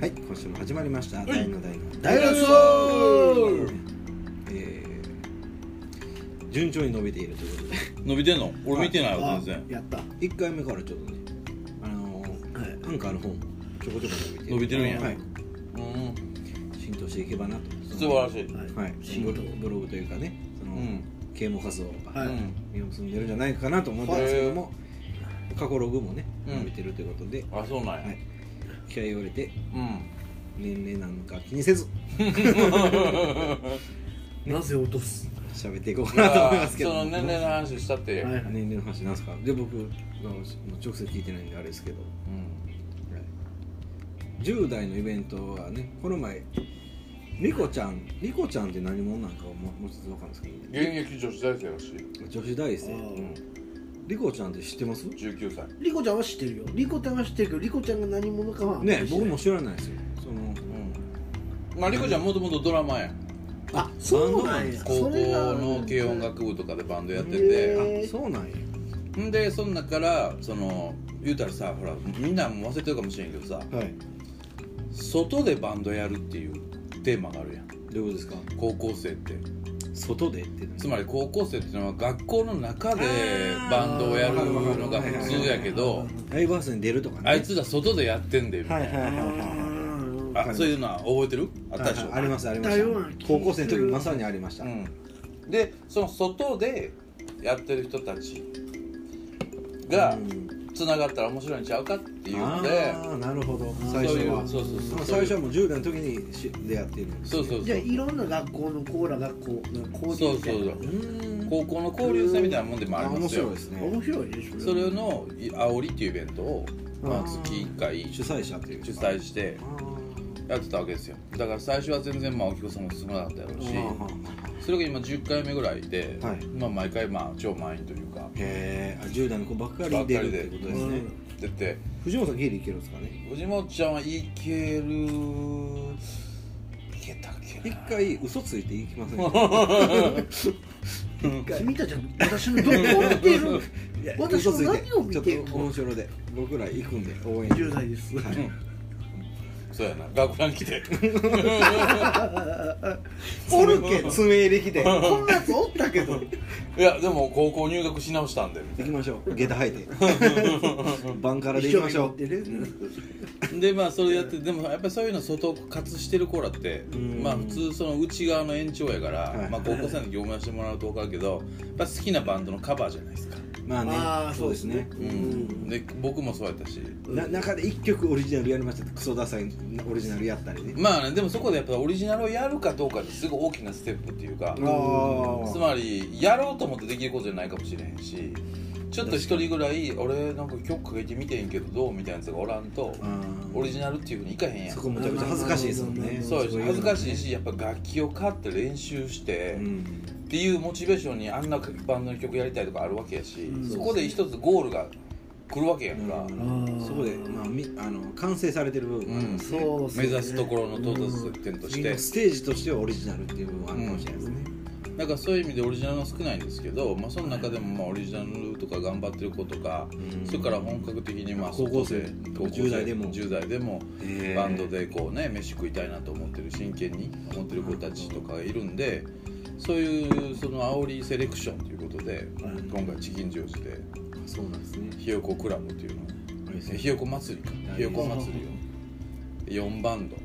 はい、今週も始まりました。い大の大の大のの大のえー順調に伸びているということで、伸びてんの俺見てないわあ全然やった、は一回目からちょっとね、あのーい、アンカーの方もちょこちょこ伸びて伸びてるんやはい、うん浸透していけばなと。素晴らしいはいはい、仕事ブログブログというかね、その、うん啓蒙活動が、はいうん実を結んでるんじゃないかなと思ったんですけども、過去ログもね、うん伸びてるということで、あそうなんはやい、気合いを入れてうん年齢なんか気にせずなぜ落とす、喋っていこうそかなと思いますけど。の年齢の話したってはいはい 年齢の話なんですかで僕がもう直接聞いてないんであれですけど、うん10代のイベントはねこの前リコちゃんリコちゃんって何者なんかをももうちょっと分かるんですけ現役女子大生らしいど女子大あ生ーうんリコちゃんって知ってます19歳リコちゃんは知ってるよリコちゃんは知ってるけどリコちゃんが何者かはね僕も知知らないですよそのうんまあ莉子ちゃんもともとドラマやらないあそうなんや高校の軽音へ楽部とかでバンドやってへてーあそうなんやんでその中からその言うたらさほらみんなもう忘れてるかもしれんけどさはい外でバンドやるっていうテーマがあるやんどういうことですか高校生って外でってつまり高校生っていうのは学校の中でバンドをやるのが普通やけどライブハウスに出るとかねあいつら外でやってんでみたはいいなはいはいはいはいあそういうのは覚えてるあったでしょありますありましあったような気がたする高校生の時まさにありました、うん、でその外でやってる人たちがうんつながったら面白いんちゃうかっていうのでああなるほどそう最初いはうそうそうそう最初はもう10代の時にし出会っているんですそうそうそうじゃあいろんな学校のコーラ学校の交流みたいなそううーん高校の交流戦みたいなもんでもああり面ます白いよですね面白いでしょそれのい煽りっていうイベントを、まあ、あー月1回主主催者っていうか催してあーやってたわけですよだから最初は全然まあお菊さんも進まなかったやろうしそれが今10回目ぐらいで、はいまあ毎回まあ超満員というかへえ10代の子ばっかり出るってことですねうん出て藤本さんギリいけるんですかね藤本ちゃんはいけるいけたっけ一な回嘘ついていきませんか君たちは私のどこを見てるいや私嘘つのいて何を見てちょるっと面白で僕ら行くんで応援10代ですはいそうやな学ラン来て おるけど爪入れきてこんなやつおったけどいやでも高校入学し直したんでみた行いきましょう下駄履いてバンカラで行きましょう一緒に乗ってねなでまあそれやってでもやっぱりそういうの外活してる子らってんまあ普通その内側の延長やから、はいまあ、高校生の業務やしてもらうと分かるけどやっぱ好きなバンドのカバーじゃないですか、まあねあーそうですねそうううんん、で僕もそうやったしな中で1曲オリジナルやりましたってクソダサいオリジナルやったりねまあねでもそこでやっぱオリジナルをやるかどうかってすごい大きなステップっていうかあーつまりやろうと思ってできることじゃないかもしれへんしちょっと一人ぐらい俺なんか曲かけてみてんけどどうみたいなやつがおらんとうんオリジナルっていうふうにいかへんやんそそこむちゃくちゃ恥ずかしいですもんねそうやし恥ずかしいしやっぱ楽器を買って練習してうんっていうモチベーションにあんなバンドの曲やりたいとかあるわけやしうんそこで一つゴールが来るわけやからそこで、まあ、みあの完成されてる部分もありますねそう目指すところの到達点とし次てのステージとしてはオリジナルっていう部分もあるかもしれないですねなんかそういう意味でオリジナルは少ないんですけど、まあ、その中でもまあオリジナルとか頑張ってる子とか、うんそれから本格的にまあ高校生外高校生10代でも10代でもへーバンドでこうね飯食いたいなと思ってる真剣に思ってる子たちとかがいるんでそういうその煽りセレクションということで、うん今回チキンジョージであそうなんですねひよこクラブっていうのはいえひよこ祭りかひよこ祭りを4バンド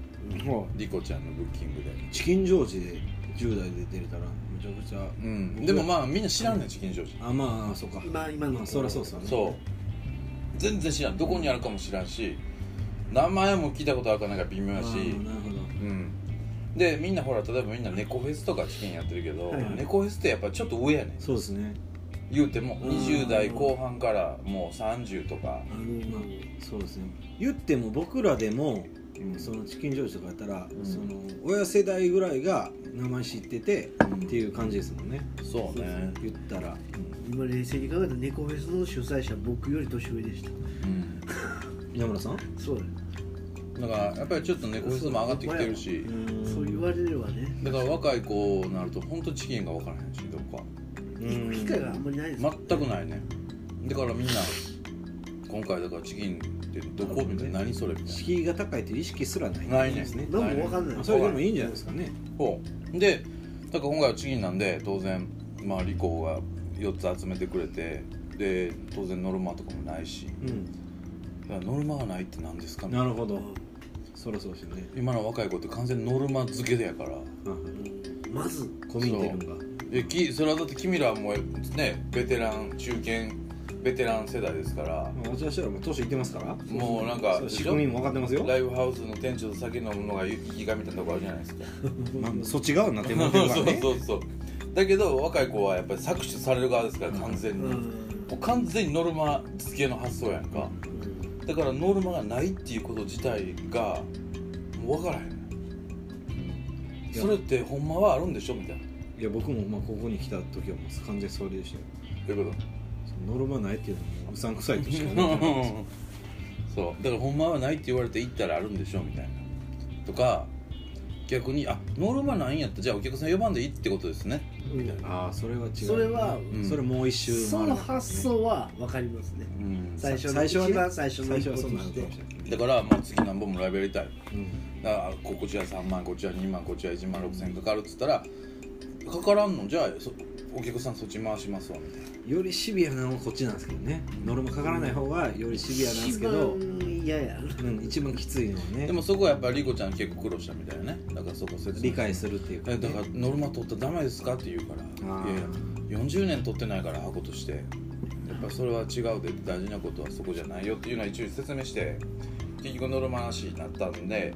ほリコちゃんのブッキングで。うチキンジョージで10代で出れたらむちゃくちゃうん、でもまあみんな知らんねんチキンジョージあまあそうか今今のまあそりゃそうっすよねそう全然知らんどこにあるかも知らんし名前も聞いたことあるかないか微妙やしあーなるほどうんでみんなほら例えばみんな猫フェスとかチキンやってるけど、はいはい猫フェスってやっぱちょっと上やねんそうですね言うてもうん20代後半からもう30とかあのまあそうですね言っても僕らでもうんそのチキンジョージとかやったら、うんその親世代ぐらいが名前知ってて、うんっていう感じですもんねそうね言ったら今冷静に考えたら猫フェスの主催者僕より年上でしたうん稲村さんそうだよだからやっぱりちょっと猫フェスも上がってきてるしそう言われればねだから若い子になると本当チキンが分からへんしどこか行く機会があんまりないです全くないねだからみんな今回だからチキンってってるどこみたいな何それみたいな敷居が高いという意識すらないないねですね何もわかんないまあそれでもいいんじゃないですかねそうでだから今回はチキンなんで当然まあリコが4つ集めてくれてで当然ノルマとかもないしいうんやノルマがないって何ですかみたいななるほどそろそろですよね今の若い子って完全にノルマ付けだやからあまずコミュニティ論がえきそれはだって君らはもうねベテラン中堅ベテラン世代ですからまあ私たちはもう年いってますからもうなんかそう仕組みも分かってますよライブハウスの店長と酒飲むのが生きがみたいなとこあるじゃないですかまあそっち側になっても そらうってるからねそうそうだけど若い子はやっぱり搾取される側ですから完全に、うもんう完全にノルマ付けの発想やんかだからノルマがないっていうこと自体がもう分からへんいやそれってほんまはあるんでしょみたいないや僕もまあここに来た時はもう完全それでしたよどういうこそのノルマないっていうのもうさんくさいとしか思ってないですとそうだからほんまはないって言われて行ったらあるんでしょみたいなとか逆にあノルマないんやったらじゃあお客さん呼ばんでいいってことですねうんああそれは違うそれはうんそれもう一周その発想はわかりますねうん最初の最初はね一番最初の最一初歩はとそうなのしかてもしれないだからもう次何本もライブやりたいうんだからここちら3万こちら2万こちら1万6000かかるっつったらかからんのじゃあそお客さんそっち回しますわみたいなよりシビアなのはこっちなんですけどねノルマかからない方がよりシビアなんですけど一番嫌やなうん一番きついのはねでもそこはやっぱりリコちゃん結構苦労したみたいなねだからそこ説明理解するっていうかえねだからノルマ取ったらダメですかって言うかあらいやいやー40年取ってないから箱としてやっぱそれは違うで大事なことはそこじゃないよっていうのは一応説明して結局ノルマなしになったんで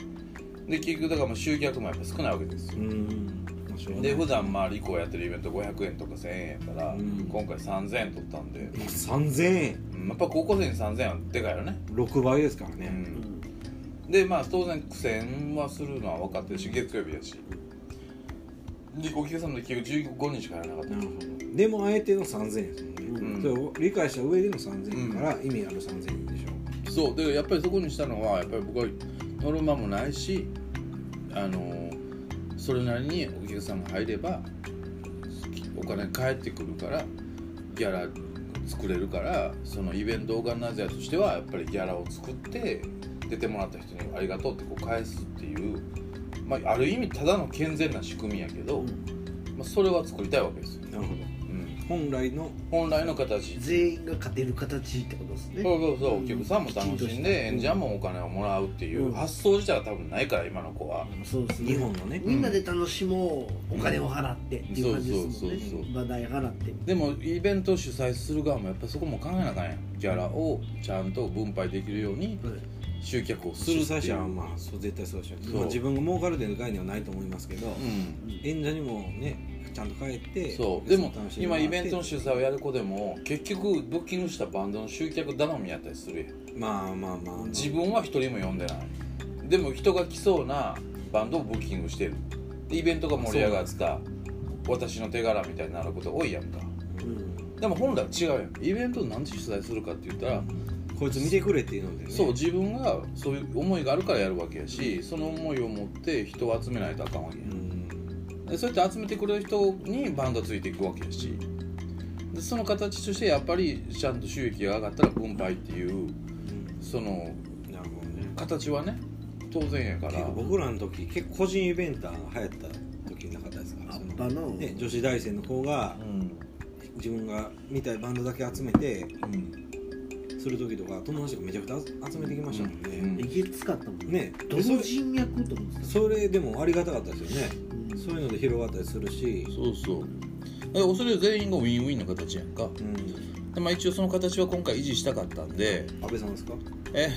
で結局だからもう集客もやっぱ少ないわけですようんまあしょうがないで普段まあリコやってるイベント500円とか1000円やから、うん今回3000円取ったんで、まあ3000円うんやっぱ高校生に3000円はでかいよね、 6倍ですからうねん、でまあ当然苦戦はするのは分かってるし月曜日やしでお客さんの結局15日しかやらなかったなるほどでもあえての3000円ですもんねうんそれを理解した上での3000円から意味ある3000円でしょそうでやっぱりそこにしたのはやっぱり僕はノルマもないしあのそれなりにお客さんが入ればお金返ってくるからギャラ作れるからそのイベントオーガナイザーとしてはやっぱりギャラを作って出てもらった人にありがとうってこう返すっていう、まあ、ある意味ただの健全な仕組みやけど、まあ、それは作りたいわけですよ、なるほどうん、本来の本来の形全員が勝てる形ってことですねそうそうそうお客さんも楽しんでうん演者もお金をもらうっていううん発想自体は多分ないから今の子はそうですね日本のねみんなで楽しもうお金を払ってっていう感じですもんねそうそうそうそう話題払ってでもイベントを主催する側もやっぱそこも考えなあかんやんギャラをちゃんと分配できるように集客をす主るっていう催者はまあそう絶対そうでしょうそうまあ自分が儲かるという概念はないと思いますけどうん演者にもねちゃんと帰ってそうでも楽しんも今らってイベントの主催をやる子でも結局ブッキングしたバンドの集客頼みやったりするやんまあまあまあ自分は一人も呼んでないでも人が来そうなバンドをブッキングしてるでイベントが盛り上がった私の手柄みたいになること多いやんかうんでも本来は違うやんイベントを何時主催するかって言ったら、こいつ見てくれっていうのでねそう自分がそういう思いがあるからやるわけやし、その思いを持って人を集めないとあかんわけうや、んでそうやって集めてくれる人にバンドがついていくわけやしでその形としてやっぱりちゃんと収益が上がったら分配っていうそのなるほどね形はね当然やか結ら構僕らの時結構個人イベンター流行った時なかったですかアそッのパのね、女子大生の子がうん自分が見たいバンドだけ集めてうんする時とか友達がめちゃくちゃ集めてきましたもんうんね、えげつかったもんねねどそのれ人脈と思ってたそれでもありがたかったですよねうんそういうので広がったりするし、そうそうだからそれ全員がウィンウィンの形やんかうん、で、まあ、一応その形は今回維持したかったんで安倍さんですかえ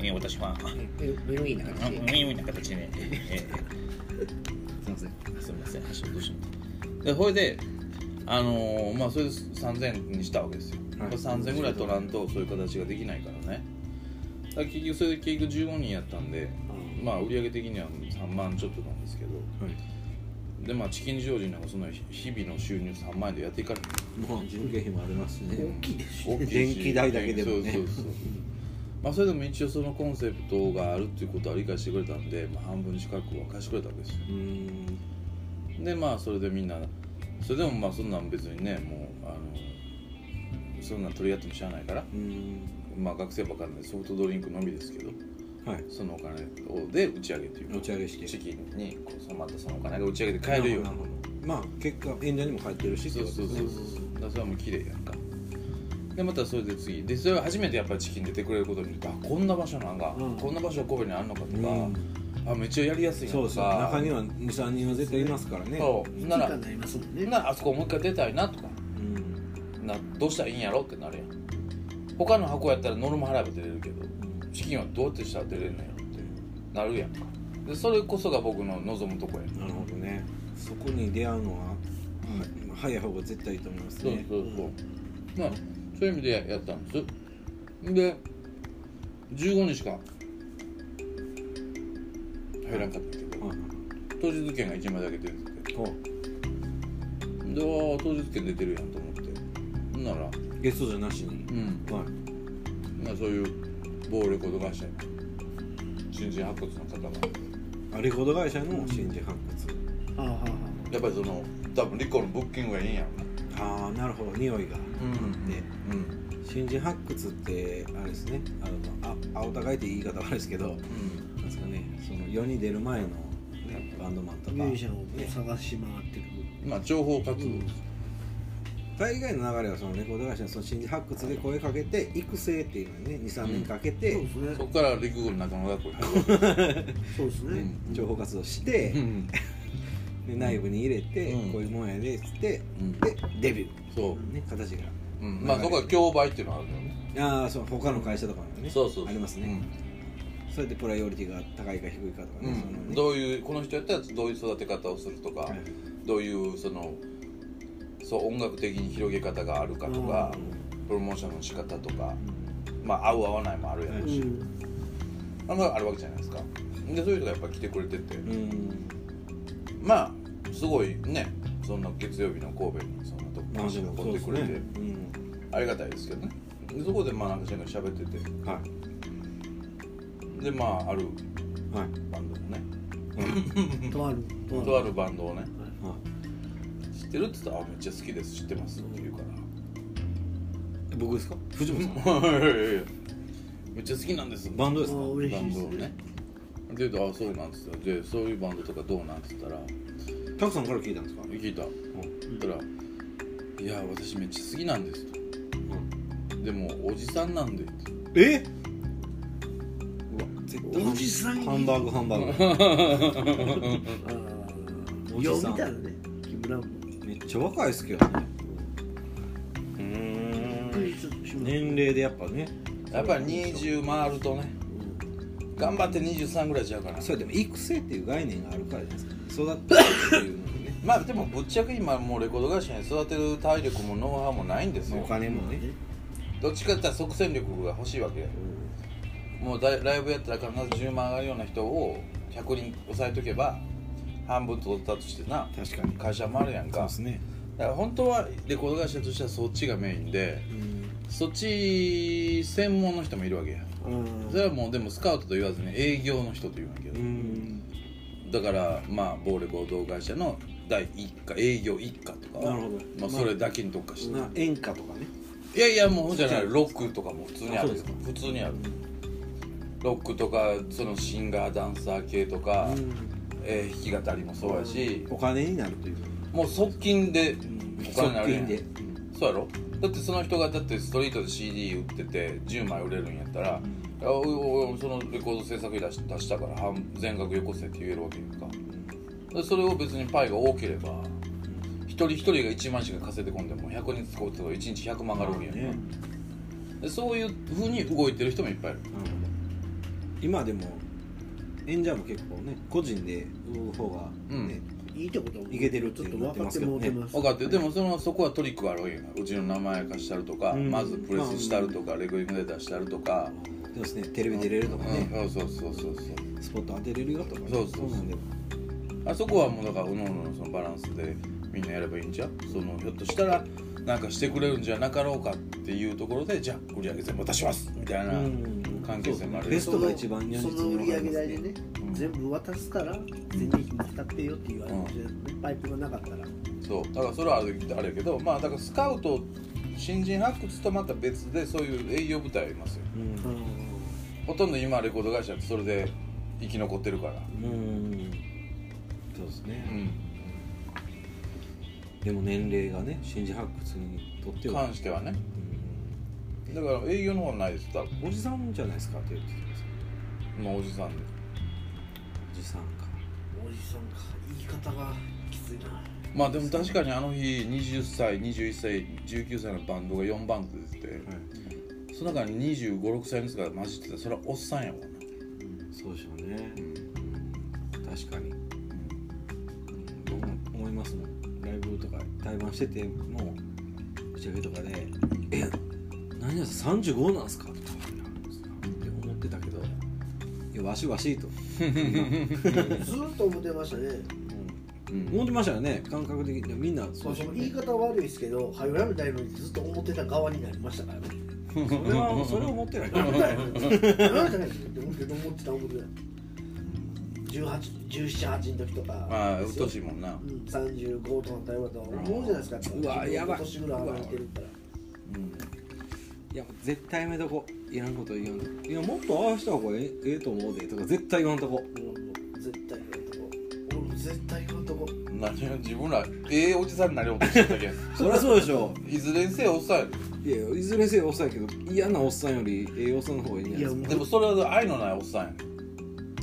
え私はウィンウィンなウ形ィンウィンの形で、えすいませんえすみません足をどうしようでそれであのーまあそれで3000にしたわけですよ、はいこれ3000ぐらい取らんとそういう形ができないからねだから結局それで結局15人やったんでまあ売上的には3万ちょっとなんですけどはいでまあチキンジョージなんかその日々の収入3万円でやっていかないもう人件費もありますしね、大きいです大きいし電気代だけでもねそうそうそうまあそれでも一応そのコンセプトがあるっていうことは理解してくれたんで、まあ、半分近くは貸してくれたわけですようんでまあそれでみんなそれでもまあそんなん別にねもうあのそんなん取り合っても知らないからうんまあ学生ばっかなんでソフトドリンクのみですけどはいそのお金をで打ち上げっていう持ち上げして資金にこう収まったそのお金が打ち上げて買えるようななるほどまあ結果演者にも帰ってるしそうそうそうそうだからそれはもう綺麗やんかでまたそれで次でそれは初めてやっぱりチキン出てくれることによってあこんな場所なんか、うんこんな場所神戸にあんのかとうか、んあめっちゃやりやすいなそとうかそう中には23人は絶対いますからねそう一時なら間になりますもんねならあそこもう一回出たいなとかうんなどうしたらいいんやろってなるやん他の箱やったらノルマ払えば出れるけどチキンはどうやってしたら出れるのやろってなるやんかでそれこそが僕の望むとこやんなるほどねそこに出会うのは、はい早い方が絶対いいと思いますそうねそうそう、まあそういう意味でやったんですで15日間入らんかったけどはい当日券が1枚だけ出ててほうでああ当日券出てるやんと思ってほんならゲストじゃなしにう、んはいまあそういう某レコード会社の新人発掘の方があレコード会社の新人発掘、はあはあはやっぱりその多分リコのブッキングがいいんやろなああなるほど匂いが、うんでうん新人発掘ってあれですねあのああお互いって言い方悪いですけどなんですかねその世に出る前の、ね、バンドマンとかあミュージシャンをね探し回ってるまあ情報活動です大概の流れはそのレコード会社のその新人発掘で声かけて育成っていうのにね23年かけて、そうですそねこから陸軍中野学校に入るそうですね、ねうん情報活動して、んで内部に入れて、うんこういうもんやでっつってうんでデビュそうー、ね、形がうん、まあそこは競売っていうのはあるよねああそう他の会社とかにもねそうそうそうありますね、そうやってプライオリティが高いか低いかとかうね、んそのねどういうこの人やったらどういう育て方をするとか、はいどういうそのそう音楽的に広げ方があるかとか、プロモーションの仕方とかまあ合う合わないもあるやろううし、んあんまりあるわけじゃないですかでそういう人がやっぱ来てくれててうんまあすごいねそんな月曜日の神戸にそんなとまこあ足でも残ってくれて、そうですねありがたいですけどねでそこでまあなんかしゃ喋っててうんはでまああるいはいバンドもねとあるとあるバンドをねは知ってるって言ったらあ「めっちゃ好きです知ってます」って言うかいら僕ですか藤本さん「 いやいやいやめっちゃ好きなんです」バンドあですかあは嬉バしいンでドすをねねで言うと「あそうなんですよ」で「そういうバンドとかどうなん?」って言ったら「タクさんから聞いたんですか聞いた」言ったら「いや私めっちゃ好きなんです」とうん「でもおじさんなんで」ってえうわ絶対おじさんハンバーグハンバーあおあじよう見さんたらね木村 もグめっちゃ若いですけどねうびっくりんちょっとしま年齢でやっぱねやっぱり20回るとね頑張って23ぐらいちゃうかなそれでも育成っていう概念があるからじゃないですか育ってるっていうのにねまあでもぶっちゃけ今もうレコード会社に育てる体力もノウハウもないんですおよ金もねどっちかって言ったら即戦力が欲しいわけやもうだいライブやったら必ず10万上がるような人を100人抑えとけば半分取ったとしてな確かに会社もあるやそんうかですねだから本当はレコード会社としてはそっちがメインでそっち専門の人もいるわけやうんそれはもうでもスカウトと言わずに営業の人と言うんだけうどんだからまあ某レコード会社の第1課営業1課とかはなるほどまあ、それだけに特化して、な演歌とかねいやいやもうほんじゃないロックとかも普通にあるあよそうですか普通にあるロックとかそのシンガーダンサー系とか、えー弾き語りもそうやし、お金になるというもう即金でお金になるやんでそうやろだってその人がだってストリートで CD 売ってて10枚売れるんやったら、あおおおそのレコード制作費出し出したから半全額よこせって言えるわけやんかでそれを別にパイが多ければ一人一人が1万しか稼いでこんでも100人使うと1日100万上がるわけやんか、ねでそういうふうに動いてる人もいっぱいいる今でも演者も結構ね個人で動く方がねいいってこといけてるってちょっいとうの分かってもうてます分かってるでもそのそこはトリックがあるわけやんかうちの名前貸したるとか、うんまずプレスしたるとか、レコーディングで出したるとか、そうですねテレビ出れるとかねうん、そうそうそうそうそうスポット当てれるよとかねそうそうそうなんであそこはもうだからおののそのバランスでみんなやればいいんじゃうそのひょっとしたらなんかしてくれるんじゃなかろうかっていうところでじゃあ売り上げ全部渡しますみたいな、うん関係性もあるそうですねベストが一番如そ実の売にり分か上りますげ代ねでね、全部渡すから全然費も使ってよっていうあれかもしれないですね、パイプがなかったらそうだからそれはあれあれやけどまあだからスカウト新人発掘とまた別でそういう営業部隊はいますようんうんほとんど今レコード会社ってそれで生き残ってるからうんそうですねう、んでも年齢がね新人発掘にとっては、関してはねうだから営業の方ないです多分んおじさんじゃないですかって言ってたんですよもうおじさんでおじさんかおじさんか言い方がきついなまあでも確かにあの日20歳21歳19歳のバンドが4バンド出ててその中に2 5 6歳のやつが混じってたそれはおっさんやもんな、そうでしょうね、確かに、うん僕も思いますもんライブとか対バンしてても打ち上げとかで「え何や35なんすか?」とかって思ってたけど「いやわしわし」と、ずーっと思ってましたねうん思ってましたよね感覚的にみんなそそううでそしのょう言いね方悪いですけど早やめたいのにずっと思ってた側になりましたからねそれはそれ は思ってないけど危ない早めたいのにって思ってた思ってた思ってた1718の時とかまあうっとしいもんう、なん、35とか台湾とか思うじゃないですかうわやばい年ぐらい離れてるからうんいや絶対やめとこいらんこと言わんといやもっとああした方がええええと思うでとか絶対言わんとこうん絶対言わんとこ俺も絶対言わんとこ何を自分らええおじさんになりようとしてた けんそりゃそうでしょいずれにせよおっさんやでいやいずれにせよおっさんやけど嫌なおっさんよりええおっさんの方がいいんじゃないですかでもそれは愛のないおっさんや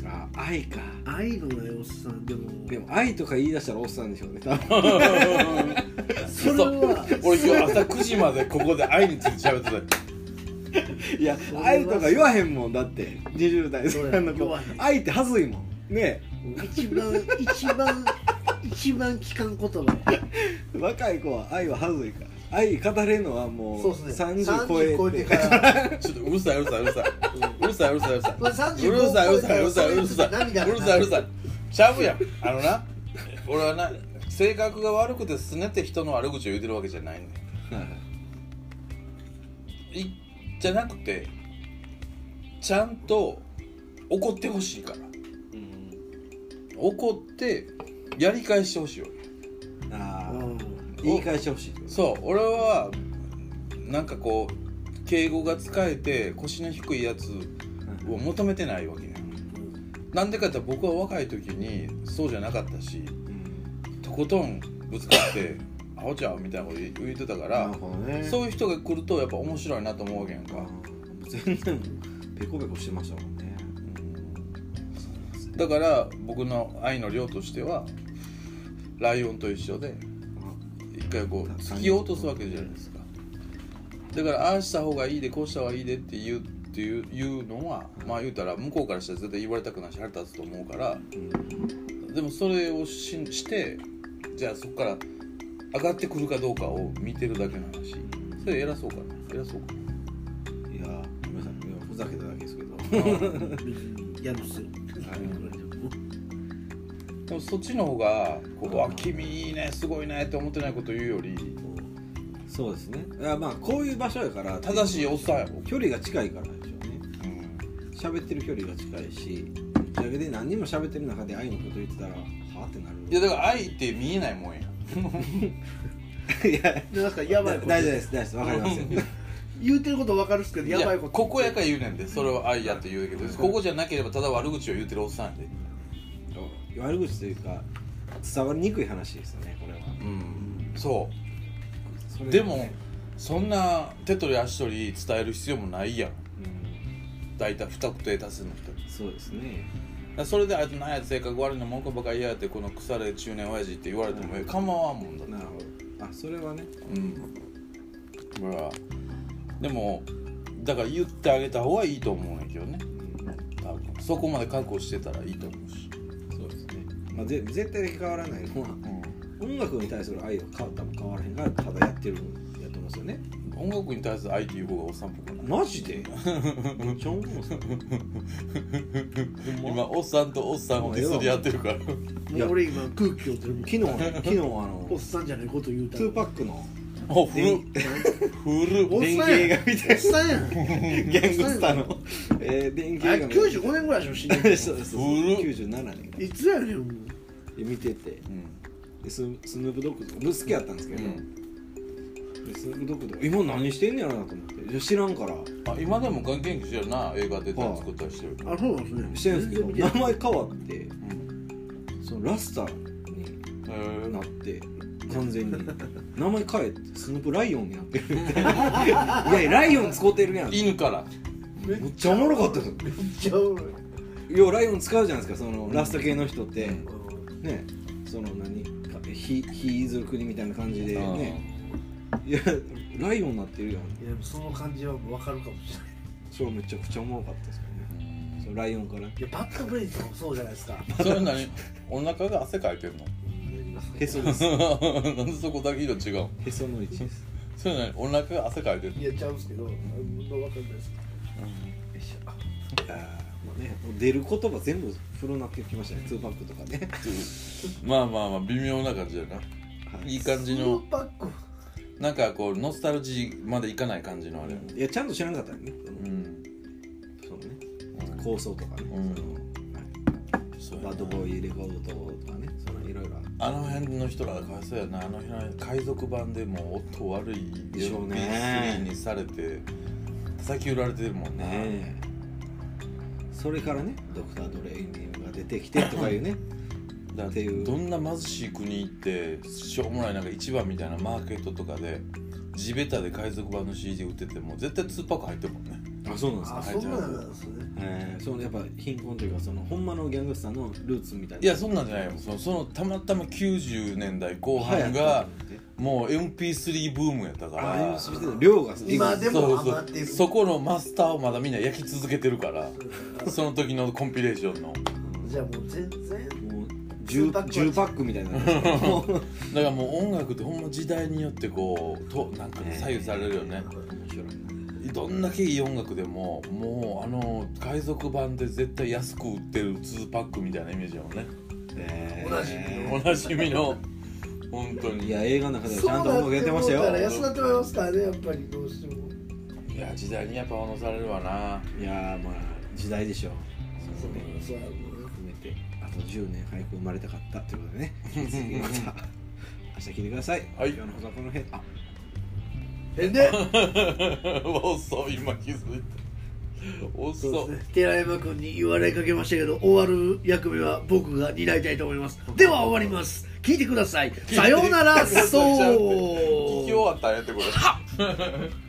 あ愛か愛のないおっさんでもでも愛とか言い出したらおっさんでしょうね多分それは俺今日朝9時までここで愛について喋ってた いやそれは愛とか言わへんもんだって20代そそれんな言子わへん愛ってはずいもんね一番一番一番聞かん言葉え若い子は愛ははずいから愛語れるのはもうそうですね30超えて30からちょっとうるさいうるさいうるさいうるさいうるさいうるさいこれ35うるさいうるさいうるさいうるさい涙うるさいうるさいちゃうやんあのな俺はな性格が悪くてすねって人の悪口を言うてるわけじゃないんだよいじゃなくてちゃんと怒ってほしいから怒ってやり返してほしいよあうあん言い返してほしいそう俺はなんかこう敬語が使えて腰の低いやつうんを求めてないわけやなんでかって僕は若い時にそうじゃなかったしうんとことんぶつかって「アホちゃう」みたいなこと言ってたかなるらほどねそういう人が来るとやっぱ面白いなと思うわけやんあかー全然ペコペコしてましたもんねだから僕の愛の量としてはライオンと一緒で一回こう突き落とすわけじゃないですかだからああした方がいいでこうした方がいいでって言うっていう言うのはまあ言うたら向こうからしたら絶対言われたくないし腹立つと思うからでもそれをししてじゃあそこから上がってくるかどうかを見てるだけの話それ偉そうかな偉そうかうんいやごめんなさい今ふざけただけですけどな やるっすよでもそっちの方がこう「あ君いいねすごいね」って思ってないこと言うよりそうですねいやまあこういう場所やから正しいおっさんやろ、距離が近いからでしょうね喋ってる距離が近いし打ち上げで何人も喋ってる中で愛のこと言ってたらはあってなるいやだから愛って見えないもんやいやでなんかやばいこと大丈夫です大丈夫ですわかりますよ言うてること分かるっすけどやばいことここやから言うねんでそれは愛やって言うけどここじゃなければただ悪口を言うてるおっさんやで悪口というか伝わりにくい話ですよねこれはうんそそれうがでもねそんな手取り足取り伝える必要もないやんうん大体不特定多数の人だかそうですねらそれであいつ何や性格悪いの文句ばっかり嫌やってこの腐れ中年親父って言われても構わんもんだってなるほどあそれはねうんほらでもだから言ってあげた方がいいと思うんやけどね多分そこまで覚悟してたらいいと思うし、そうですねまあぜ絶対変わらないのは音楽に対する愛は変わったも変わらへんからただやってるんやと思うんですよね音楽に対する愛っていう方がおっさんっぽくないマジでめっちゃ思うんですよ今おっさんとおっさんをディスり合ってるからもう俺今空気を取るもん昨日昨日あのおっさんじゃないこと言うた2パックのもう古っ古っおっ電さ気ん映や画みんたおっいなさんやんギャングスターの、えー、電気あ映れ画95年ぐらいでしょ死ぬの年そうです古っ97年かないつやねんもう見ててうんでススヌープドッグとか僕好きやったんですけど、うんすごくどこ今何してんねやろなと思っていや知らんからあ今でも元気してるな映画出たり作ったりしてるからあそうなんですねしてるんです全然見けどて名ない前変わってうんそのラスターにへーなって完全に名前変えてスヌープライオンになってるみたい ないやいやライオン使うてるやん犬からむっちゃおもろかったですめっちゃおもろいようライオン使うじゃないですかそのラスト系の人って、うんねその何か火火いずる国みたいな感じでねいやライオンなってるやんいやその感じは分かるかもしれないそれめちゃくちゃおもろかったですからねうんそのライオンからいやバッドブレイズもそうじゃないですかそれ何お腹が汗かいてるのへそです なんでそこだけ色違うのへその位置ですそれ何お腹が汗かいてるのいやちゃうんですけどあの分かんないですよいしょあーもうねもう出る言葉全部プロになってきましたね2パックとかね、まあまあまあ微妙な感じだよなはいいい感じスノーのパックなんかこうノスタルジーまでいかない感じのあれやねいやちゃんと知らなかったよねそのうんそのね構想とかね、うんそのそうやなバッドボーイレコードとかねそのいろいろあってあの辺の人らかわいそうやなあの辺の海賊版でもう音悪いでしょうね MP3 にされて叩き売られてるもんな、ねえそれからねドクター・ドレイニングが出てきてとかいうねだっってていうどんな貧しい国行ってしょうもないなんか市場みたいなマーケットとかで地べたで海賊版の CD 売ってても絶対2パック入ってるもんねあそうなんあそ入っうちゃうなんですねええそのやっぱ貧困というかそのほんまのギャングスターのルーツみたいないやそんなんじゃないよそのそのたまたま90年代後半がもう MP3 ブームやったかああいうら全ての量が今でもそうそ余ってうるそこのマスターをまだみんな焼き続けてる からその時のコンピレーションのじゃあもう全然もう 10, パックは10パックみたいなもうだからもう音楽ってほんま時代によってこうとなんかね左右されるよね面白いねどんだけいい音楽でももうあの海賊版で絶対安く売ってる2パックみたいなイメージだもんねええおなじみおなじみの本当にいいやや映画の中ではそうちゃんと音楽やってましたよなって思ったら安なってもらいますからねやっぱりどうしても時代にやっぱ戻されるわない やーまあ時代でしょうそそううねそうやもんな含めてあと10年早く生まれたかったということでね引き続きまた 明日聞いてください、はい今日の放送はこの辺あ変で遅い今気づいた遅そういですね寺山君に言われかけましたけど終わる役目は僕が担いたいと思いますでは終わります聞 いてくださいさようなら聞いてくださいそう聞き終わったんやってこれ